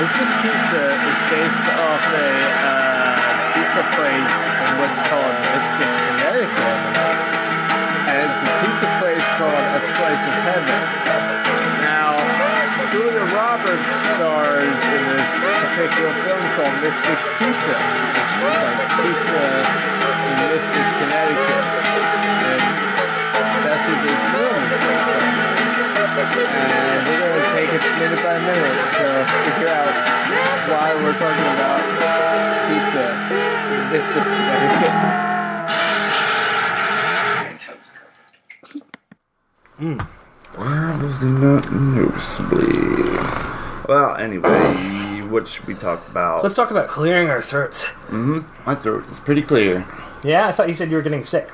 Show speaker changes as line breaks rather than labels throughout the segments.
Mystic Pizza is based off a uh, pizza place in what's called Mystic, Connecticut. And it's a pizza place called A Slice of Heaven. Now, Julia Roberts stars in this particular film called Mystic Pizza. It's like pizza in Mystic, Connecticut. And that's what this film is based on. And we're going to take it minute by minute to figure out why we're talking about pizza in Mystic, Connecticut.
That's perfect.
Not noticeably. Well, anyway, what should we talk about?
Let's talk about clearing our throats.
My throat is pretty clear.
Yeah, I thought you said you were getting sick.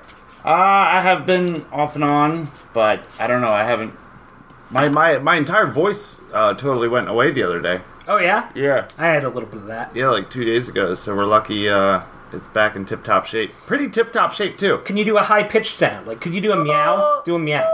Uh, I have been off and on, but I don't know. I haven't. My my my entire voice uh, totally went away the other day.
Oh yeah,
Yeah,
I had a little bit of that.
yeah, like two days ago. So we're lucky. Uh, it's back in tip top shape. Pretty tip top shape too.
Can you do a high pitched sound? Like, could you do a meow? Do a meow.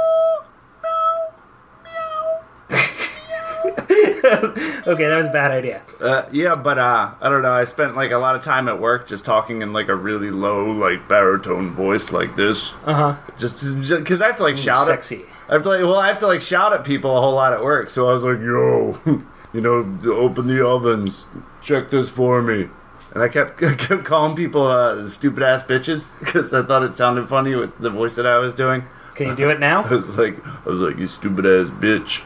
okay, that was a bad idea.
Uh, yeah, but uh, I don't know. I spent like a lot of time at work just talking in like a really low, like baritone voice, like this.
Uh huh.
Just because I have to like shout at-
sexy.
I have to like, well, I have to like shout at people a whole lot at work. So I was like, yo, you know, open the ovens, check this for me. And I kept I kept calling people uh, stupid ass bitches because I thought it sounded funny with the voice that I was doing.
Can you do it
I
now?
was like, I was like, you stupid ass bitch.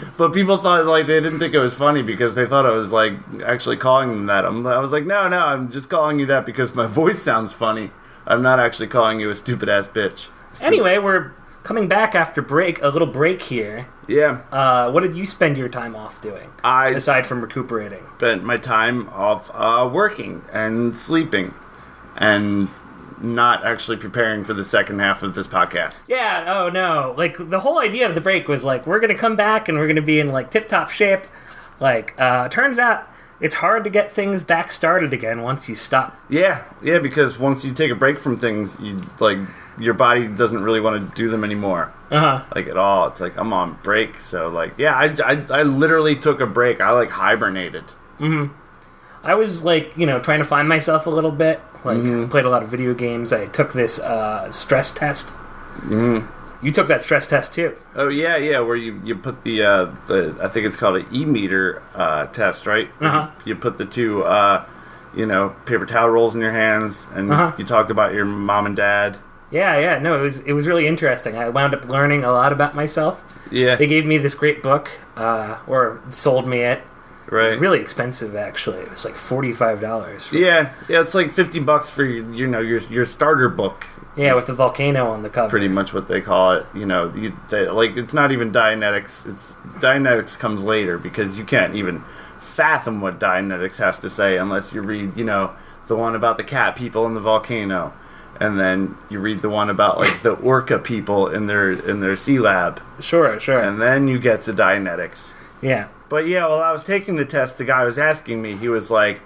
but people thought like they didn't think it was funny because they thought I was like actually calling them that. I'm, I was like, no, no, I'm just calling you that because my voice sounds funny. I'm not actually calling you a stupid ass bitch.
Anyway, we're coming back after break. A little break here.
Yeah,
Uh, what did you spend your time off doing
I
aside from recuperating?
spent my time off uh, working and sleeping and not actually preparing for the second half of this podcast.
Yeah, oh no. Like the whole idea of the break was like we're gonna come back and we're gonna be in like tip top shape. Like, uh turns out it's hard to get things back started again once you stop.
Yeah, yeah, because once you take a break from things, you like your body doesn't really want to do them anymore,
Uh-huh.
like at all. It's like I'm on break, so like yeah, I, I, I literally took a break. I like hibernated.
I was like, you know, trying to find myself a little bit. Like played a lot of video games. I took this uh stress test. You took that stress test too.
Oh yeah, yeah, where you, you put the uh the I think it's called an e meter uh test, right?
Uh-huh.
You, put the two uh you know paper towel rolls in your hands, and
Uh-huh.
you talk about your mom and dad.
Yeah, yeah. No, it was it was really interesting. I wound up learning a lot about myself.
Yeah,
They gave me this great book, uh, or sold me it. It
right.
was really expensive, actually. It was like forty five dollars.
yeah, yeah, it's like fifty bucks for your, you know your your starter book
Yeah, with the volcano on the cover.
pretty much what they call it. You know, you, they, like it's not even Dianetics. It's Dianetics comes later because you can't even fathom what Dianetics has to say unless you read, you know, the one about the cat people and the volcano, and then you read the one about like the orca people in their in their sea lab,
Sure, sure.
and then you get to Dianetics.
yeah.
But yeah, while I was taking the test, the guy was asking me. He was like,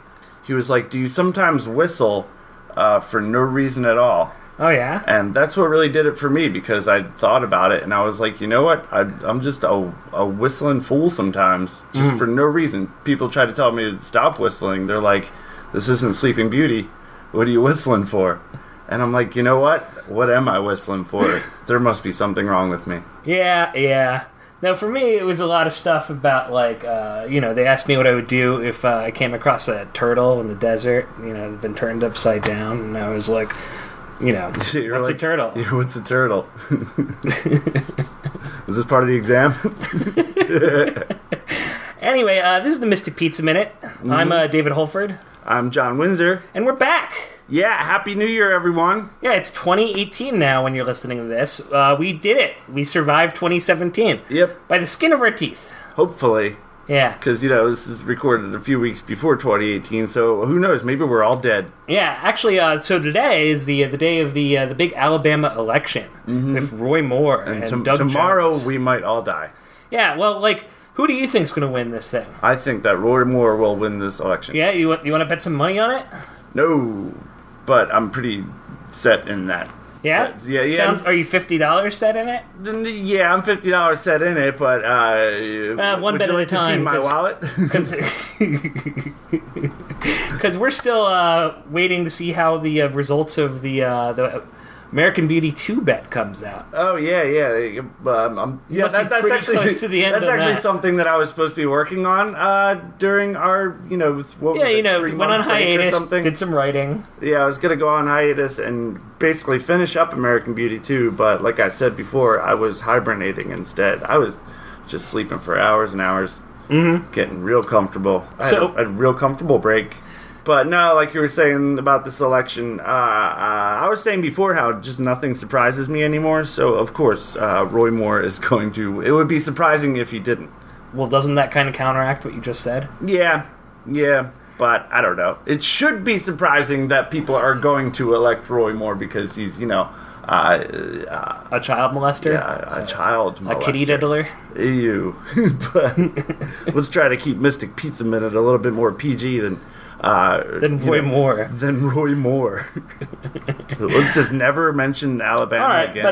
he was like, "Do you sometimes whistle uh, for no reason at all?"
Oh yeah.
and that's what really did it for me because I thought about it and I was like, you know what? I, I'm just a, a whistling fool sometimes, just for no reason. People try to tell me to stop whistling. They're like, this isn't Sleeping Beauty. What are you whistling for? And I'm like, you know what? What am I whistling for? there must be something wrong with me.
Yeah, yeah. Now for me, it was a lot of stuff about like, uh, you know, they asked me what I would do if uh, I came across a turtle in the desert. You know, been turned upside down, and I was like, you know, what's
You're
a
like-
turtle?
Yeah, what's a turtle? Is this part of the exam?
Anyway, uh, this is the Mystic Pizza Minute.
Mm-hmm.
I'm uh, David Holford,
I'm John Windsor.
and we're back.
Yeah, Happy New Year, everyone.
Yeah, it's 2018 now. When you're listening to this, uh, we did it. We survived 2017.
Yep.
By the skin of our teeth.
Hopefully,
Yeah.
because you know this is recorded a few weeks before 2018 so who knows maybe we're all dead
Yeah, actually, uh, so today is the the day of the uh, the big Alabama election with Roy Moore and,
Mm-hmm. Tom-
Doug
tomorrow
Jones.
we might all die
yeah, well, like, who do you think's going to win this thing?
i think that roy moore will win this election
Yeah, you want you want to bet some money on it?
no but i'm pretty set in that
Yeah?
Uh, Yeah, yeah.
Sounds, are you $50 set in it?
Then, Yeah, I'm fifty dollars set in it, but uh,
Uh, one
would
bit
you
at
like to
a
see
time,
my
'cause-
wallet?
Because we're still uh, waiting to see how the uh, results of the uh, the American Beauty 2 bet comes out.
oh yeah, yeah. Um, I'm, yeah,
must be
that, that's
pretty
actually
close to the end
that's
of
actually
that.
something that I was supposed to be working on uh, during our, you know, what
Yeah,
was it,
you know,
three
went on
month break or
hiatus,
something?
did some writing.
Yeah, I was gonna go on hiatus and basically finish up American Beauty 2, but like I said before, I was hibernating instead. I was just sleeping for hours and hours, mm-hmm. getting real comfortable. I
So-
had a, a real comfortable break. But no, like you were saying about this election, uh, uh, I was saying before how just nothing surprises me anymore. So of course, uh, Roy Moore is going to. It would be surprising if he didn't.
Well, doesn't that kind of counteract what you just said?
Yeah, yeah, but I don't know. It should be surprising that people are going to elect Roy Moore because he's, you know, uh, uh,
A child molester?
a, a child
A
molester.
kitty diddler?
Ew. but let's try to keep Mystic Pizza Minute a little bit more PG than. Uh,
Then
you
Roy
know,
Moore.
Than Roy Moore. let's just never mention Alabama
All right,
again.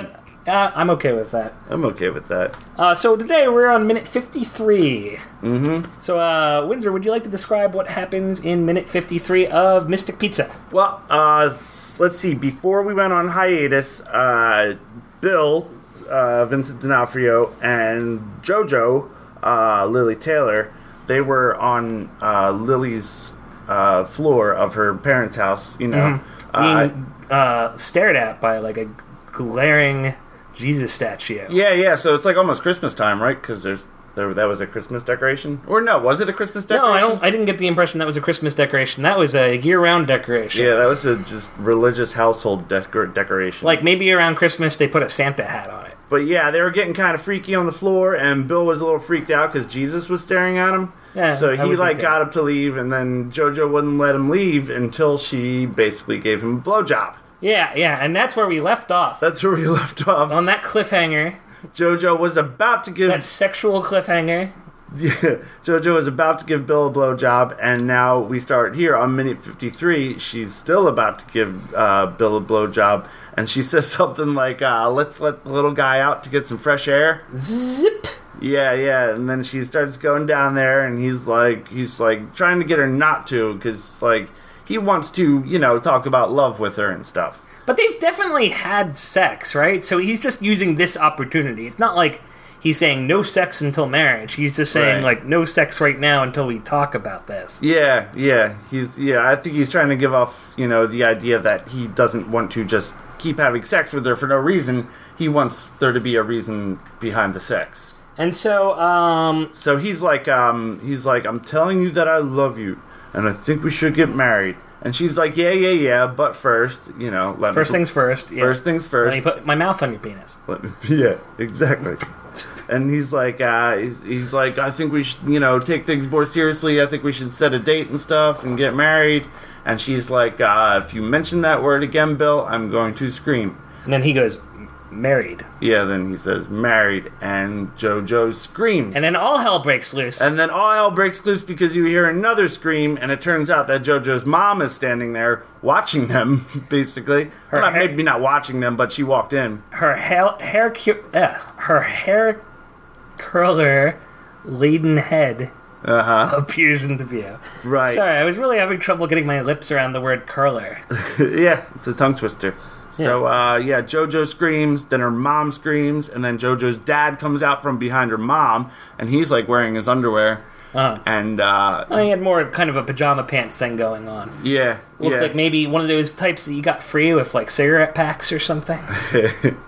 but uh, I'm okay with that.
I'm okay with that.
Uh, so today we're on minute 53. Mm-hmm. So, uh, Windsor, would you like to describe what happens in minute 53 of Mystic Pizza?
Well, uh, s- let's see. Before we went on hiatus, uh, Bill, uh, Vincent D'Onofrio, and JoJo, uh, Lily Taylor, they were on uh, Lily's uh, floor of her parents' house. You know, uh,
Mm-hmm. Being uh, stared at by like a glaring Jesus statue.
yeah, yeah. So it's like almost Christmas time, right? Because there's there that was a Christmas decoration, or no? Was it a Christmas decoration?
No, I don't. I didn't get the impression that was a Christmas decoration. That was a year-round decoration.
Yeah, that was a just religious household decor- decoration.
Like maybe around Christmas they put a Santa hat on it.
But yeah, they were getting kind of freaky on the floor, and Bill was a little freaked out because Jesus was staring at him.
Yeah,
so
I would
he
be
like
too.
got up to leave, and then JoJo wouldn't let him leave until she basically gave him a blowjob.
Yeah, yeah, and that's where we left off
That's where we left off.
on that cliffhanger,
JoJo was about to give
that sexual cliffhanger.
JoJo was about to give Bill a blowjob, and now we start here on minute fifty-three. She's still about to give uh, Bill a blowjob, and she says something like, uh, "Let's let the little guy out to get some fresh air."
Zip.
Yeah, yeah, and then she starts going down there, and he's like, he's like trying to get her not to, because like he wants to, you know, talk about love with her and stuff.
But they've definitely had sex, right? So he's just using this opportunity. It's not like he's saying no sex until marriage. He's just saying
Right.
like no sex right now until we talk about this.
Yeah, yeah, he's yeah. I think he's trying to give off, you know, the idea that he doesn't want to just keep having sex with her for no reason. He wants there to be a reason behind the sex.
And so um
So he's like, um, he's like, I'm telling you that I love you, and I think we should get married. And she's like, yeah, yeah, yeah, but first, you know, let
first
me
things first. Yeah.
First things first.
Let me put my mouth on your penis.
Let me- yeah, exactly. and he's like, uh, he's, he's like, I think we should, you know, take things more seriously. I think we should set a date and stuff and get married. And she's like, uh, if you mention that word again, Bill, I'm going to scream.
And then he goes married.
Yeah, then he says married, and JoJo screams.
And then all hell breaks loose.
And then all hell breaks loose because you hear another scream, and it turns out that JoJo's mom is standing there watching them, basically. Or not,
hair-
maybe not watching them, but she walked in.
her hair hair cu- uh, her hair curler laden head
Uh huh.
appears into view.
Right.
Sorry, I was really having trouble getting my lips around the word curler.
yeah, it's a tongue twister. So uh, yeah, JoJo screams, then her mom screams, and then JoJo's dad comes out from behind her mom, and he's like wearing his underwear,
Uh-huh.
and uh,
I had more of kind of a pajama pants thing going on.
yeah,
Looked
yeah,
like maybe one of those types that you got free with like cigarette packs or something.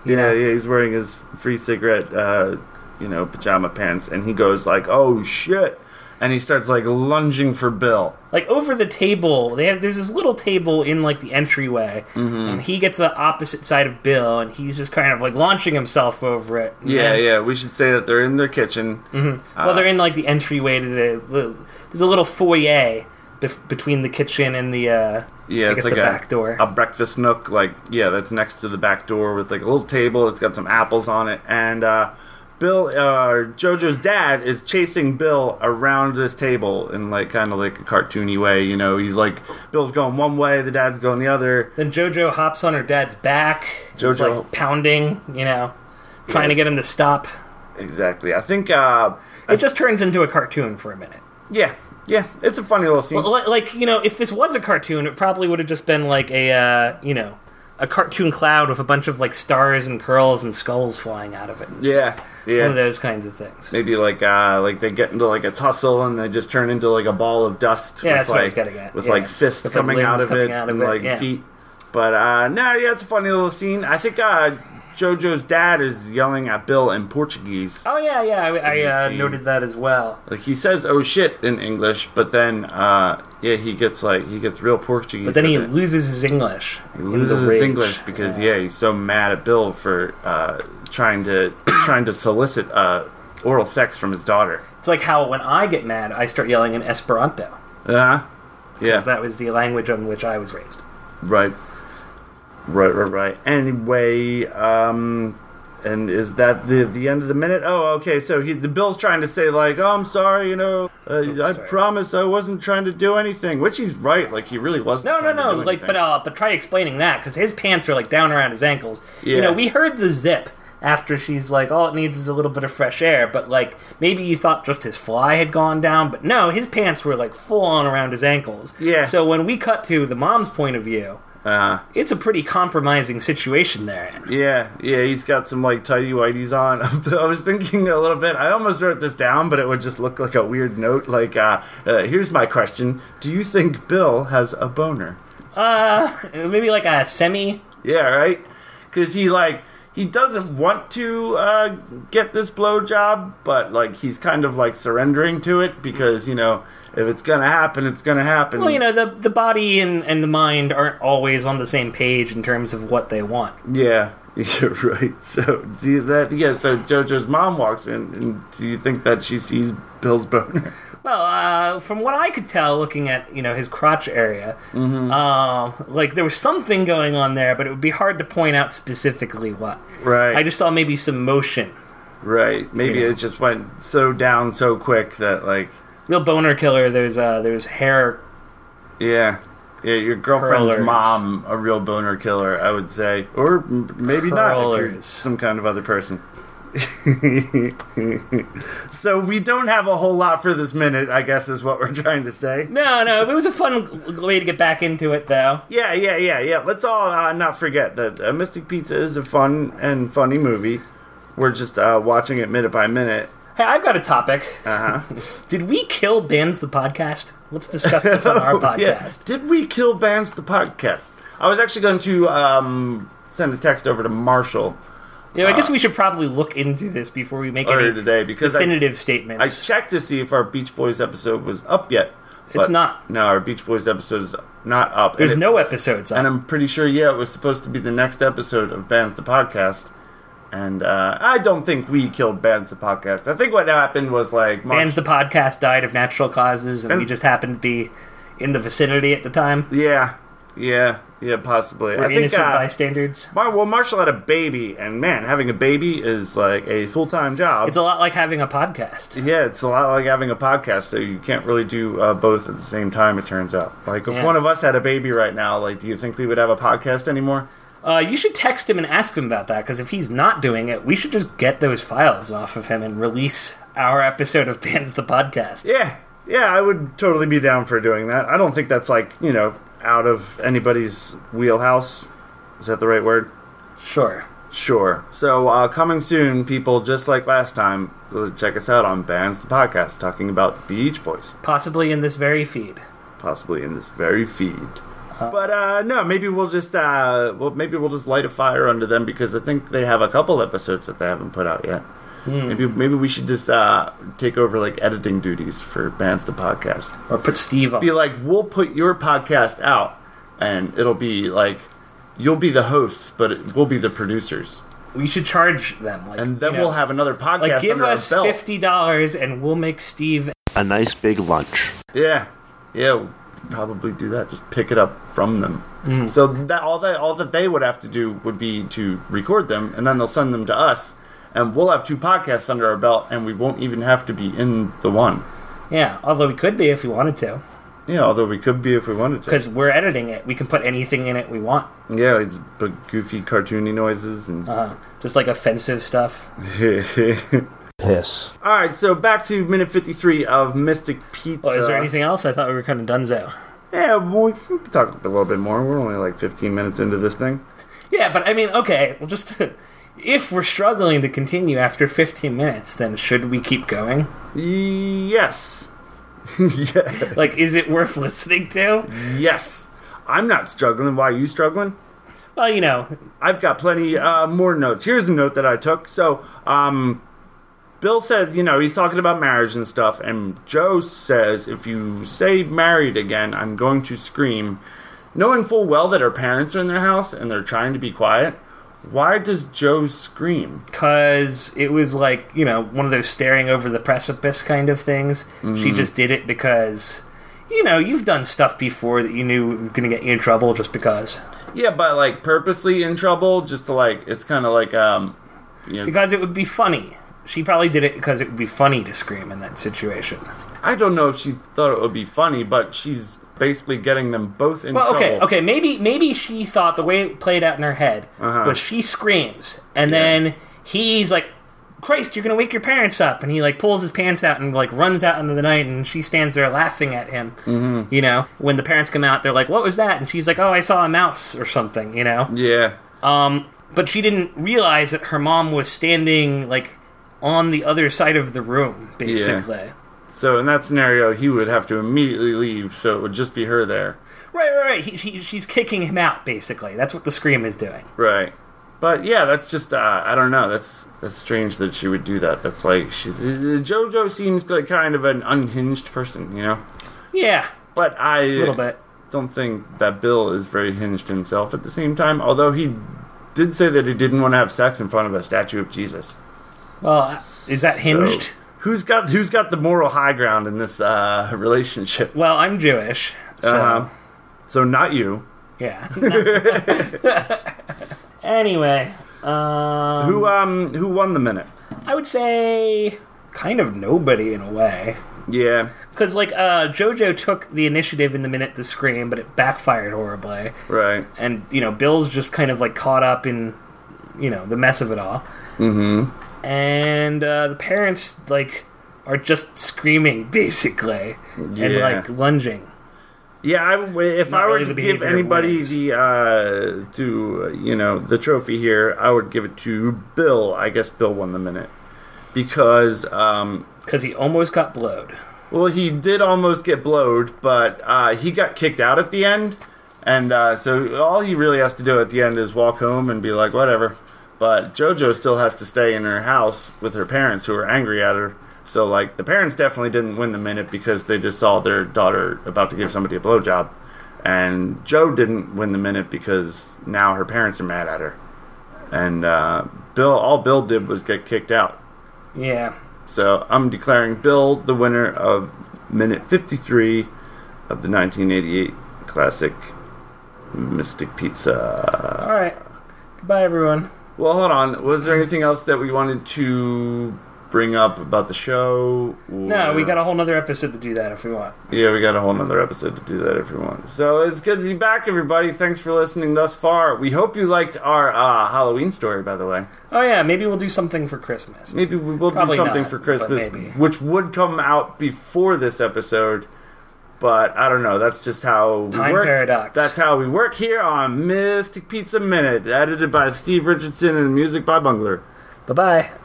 yeah, yeah, he's wearing his free cigarette, uh, you know, pajama pants, and he goes like, "Oh shit!" and he starts like lunging for Bill.
like over the table, they have there's this little table in like the entryway,
Mm-hmm.
and he gets the opposite side of Bill, and he's just kind of like launching himself over it. And
Yeah,
then-
yeah, we should say that they're in their kitchen.
Well, they're in like the entryway to the, the there's a little foyer bef- between the kitchen and the uh,
Yeah,
I
it's
guess
like
the
a,
back door.
a breakfast nook, like yeah, that's next to the back door with like a little table. It's got some apples on it, and uh, Bill, uh, JoJo's dad is chasing Bill around this table in like kind of like a cartoony way. You know, he's like Bill's going one way, the dad's going the other.
Then JoJo hops on her dad's back. He's,
JoJo.
like pounding, you know, trying to
Yes.
get him to stop.
Exactly. I think. Uh,
It just turns into a cartoon for a minute.
yeah, yeah. It's a funny little scene.
Li- Like you know, if this was a cartoon, it probably would have just been like a uh, you know a cartoon cloud with a bunch of like stars and curls and skulls flying out of it.
Yeah,
One of
yeah.
those kinds of things.
Maybe like uh, like they get into like a tussle and they just turn into like a ball of dust.
Yeah,
with
that's
like,
what I was getting at.
With
Yeah.
like fists
With, like,
coming, out,
limbs
of
coming
it
out of
and
it,
like
yeah.
feet. But uh, no, yeah, it's a funny little scene. I think uh, JoJo's dad is yelling at Bill in Portuguese.
Oh yeah, yeah. I, I uh,
see.
noted that as well.
Like he says "oh shit" in English, but then uh, yeah, he gets like he gets real Portuguese.
But then he
with it.
loses his English.
He
in
loses
the
his
rage.
English because yeah. he's so mad at Bill for uh, trying to trying to solicit uh, oral sex from his daughter.
It's like how when I get mad, I start yelling in Esperanto
Uh, yeah,
because that was the language on which I was raised.
right, right, right, right. Anyway, um, and is that the the end of the minute? Oh, okay. So he, the Bill's trying to say like, "Oh, I'm sorry," you know, uh, I
Oh, sorry.
promise I wasn't trying to do anything, which he's right. Like he really wasn't.
No, no,
trying to
no.
do
Like,
anything.
but uh, but try explaining that because his pants are like down around his ankles. You
Yeah.
know, we heard the zip after she's like, all it needs is a little bit of fresh air. But like, maybe you thought just his fly had gone down, but no, his pants were like full on around his ankles.
Yeah.
So when we cut to the mom's point of view,
Uh,
it's a pretty compromising situation they're in.
Yeah, yeah, he's got some like tidy whities on. I was thinking a little bit. I almost wrote this down, but it would just look like a weird note. Like, uh, uh, here's my question: Do you think Bill has a boner?
Uh, maybe like a semi.
Yeah, right. Because he like he doesn't want to uh, get this blowjob, but like he's kind of like surrendering to it because you know if it's gonna happen, it's gonna happen.
Well, you know, the the body and, and the mind aren't always on the same page in terms of what they want.
Yeah, you're right. So do you, that. Yeah, so JoJo's mom walks in, and do you think that she sees Bill's boner?
Well, uh, from what I could tell, looking at you know his crotch area,
Mm-hmm.
uh, like there was something going on there, but it would be hard to point out specifically what.
Right.
I just saw maybe some motion.
Right. Maybe
Yeah.
it just went so down so quick that like
Real boner killer. There's uh, there's hair.
yeah. Yeah, your girlfriend's
Curlers.
mom, a real boner killer, I would say, or m- maybe not. If you're
Curlers.
some kind of other person. so we don't have a whole lot for this minute, I guess, is what we're trying to say.
No, no, it was a fun way to get back into it though.
Yeah, yeah, yeah, yeah. Let's all uh, not forget that uh, Mystic Pizza is a fun and funny movie. We're just uh, watching it minute by minute.
Hey, I've got a topic.
Uh huh.
Did we kill Bans the podcast? Let's discuss this on our
Oh,
podcast.
yeah. Did we kill Bans the podcast? I was actually going to um, send a text over to Marshall
Yeah, I
Uh-huh.
guess we should probably look into this before we make
earlier
any
today because I,
definitive
I
statements.
checked to see if our Beach Boys episode was up yet.
It's
but
not.
No, our Beach Boys episode is not up.
There's
and it-
no episodes
And
on.
I'm pretty sure, yeah, it was supposed to be the next episode of Bands the Podcast. And uh, I don't think we killed Bands the Podcast. I think what happened was like Marsh-
Bands the podcast died of natural causes, and we just happened to be in the vicinity at the time.
yeah, yeah, yeah, possibly.
We're
I think
innocent
uh,
bystanders.
Mar- well, Marshall had a baby, and man, having a baby is like a full time job.
It's a lot like having a podcast.
yeah, it's a lot like having a podcast, so you can't really do uh, both at the same time. It turns out, like if
Yeah.
one of us had a baby right now, like, do you think we would have a podcast anymore?
Uh, you should text him and ask him about that because if he's not doing it, we should just get those files off of him and release our episode of Bands the podcast.
Yeah, yeah, I would totally be down for doing that. I don't think that's like you know out of anybody's wheelhouse. Is that the right word?
Sure.
Sure. So uh, coming soon, people. Just like last time, uh, check us out on Bands the Podcast, talking about Beach Boys.
Possibly in this very feed.
possibly in this very feed.
Uh-huh.
but uh, no, maybe we'll just uh, well, maybe we'll just light a fire under them because I think they have a couple episodes that they haven't put out yet.
Hmm.
Maybe maybe we should just uh, take over like editing duties for bands the podcast.
Or put Steve on.
Be like, we'll put your podcast out, and it'll be like you'll be the hosts, but it, we'll be the producers,
We should charge them. Like,
and then
you know,
we'll have another podcast.
Like, give
under
us
our belt.
$50 and we'll make Steve.
a nice big lunch.
Yeah, yeah, we'll probably do that. Just pick it up from them.
Mm.
So that all that all that they would have to do would be to record them, and then they'll send them to us, and we'll have two podcasts under our belt, and we won't even have to be in the one.
Yeah, although we could be if we wanted to,
Yeah, although we could be if we wanted to.
because we're editing it. We can put anything in it we want,
Yeah, it's but goofy, cartoony noises and.
uh, just like offensive stuff.
Piss.
All right, so back to minute fifty-three of Mystic Pizza.
Well, Oh, is there anything else? I thought we were kind of dunzo.
Yeah, well, we can talk a little bit more. We're only like fifteen minutes into this thing.
Yeah, but I mean, okay, well, just if we're struggling to continue after 15 minutes, then should we keep going?
Yes. yeah.
Like, is it worth listening to?
Yes. I'm not struggling. Why are you struggling?
Well, you know,
I've got plenty uh, more notes. Here's a note that I took. So, um, Bill says, you know, he's talking about marriage and stuff, and Joe says, if you say married again, I'm going to scream. Knowing full well that her parents are in their house and they're trying to be quiet, why does Joe scream?
because it was like, you know, one of those staring over the precipice kind of things. She just did it because, you know, you've done stuff before that you knew was going to get you in trouble just because.
Yeah, but like purposely in trouble, just to like, it's kind of like, um, you know,
Because it would be funny. She probably did it because it would be funny to scream in that situation.
I don't know if she thought it would be funny, but she's basically getting them both in
Well,
trouble.
okay, okay. Maybe maybe she thought the way it played out in her head
Uh-huh.
was she screams, and then he's like, "Christ, you're gonna wake your parents up!" And he like pulls his pants out and like runs out into the night, and she stands there laughing at him. Mm-hmm. You know, when the parents come out, they're like, "What was that?" And she's like, "Oh, I saw a mouse or something." You know,
Yeah.
um, but she didn't realize that her mom was standing like on the other side of the room, basically.
So in that scenario, he would have to immediately leave, so it would just be her there.
Right, right, right. He, he, she's kicking him out, basically. That's what the scream is doing.
Right. But yeah, that's just uh, I don't know. That's that's strange that she would do that. That's like she's uh, JoJo seems like kind of an unhinged person, you know.
Yeah,
But I
a little bit.
don't think that Bill is very hinged himself at the same time. Although he did say that he didn't want to have sex in front of a statue of Jesus.
Well, Oh, is that hinged?
So, who's got who's got the moral high ground in this uh, relationship?
Well, I'm Jewish, so
Uh-huh. So not you.
yeah. anyway, um,
Who um who won the minute?
I would say kind of nobody in a way,
Yeah,
because like uh, JoJo took the initiative in the minute to scream, but it backfired horribly,
right.
and you know Bill's just kind of like caught up in you know the mess of it all, mm-hmm. and uh, the parents like are just screaming basically and
Yeah.
like lunging.
Yeah, I w if
Not
I were
really
to
the
give
behavior of
anybody
winners.
the uh to uh, you know the trophy here, I would give it to Bill. I guess Bill won the minute because um
Because he almost got blowed.
well he did almost get blowed, but uh, he got kicked out at the end, and uh, so all he really has to do at the end is walk home and be like whatever. But JoJo still has to stay in her house with her parents who are angry at her. So like the parents definitely didn't win the minute because they just saw their daughter about to give somebody a blowjob. And Joe didn't win the minute because now her parents are mad at her. And uh, Bill all Bill did was get kicked out.
Yeah.
So I'm declaring Bill the winner of minute 53 of the 1988 classic Mystic Pizza.
All right. Goodbye, everyone.
Well, hold on. Was there anything else that we wanted to bring up about the show?
No,
or-
we got a whole nother episode to do that if we want.
Yeah, we got a whole nother episode to do that if you want. So it's good to be back, everybody. Thanks for listening thus far. We hope you liked our uh, Halloween story, by the way.
Oh yeah, maybe we'll do something for Christmas.
Maybe we will
Probably
do something
not,
for
but
Christmas,
maybe.
which would come out before this episode. But I don't know. That's just how we
Time
work.
paradox.
That's how we work here on Mystic Pizza Minute, edited by Steve Richardson and music by Bungler.
Bye bye.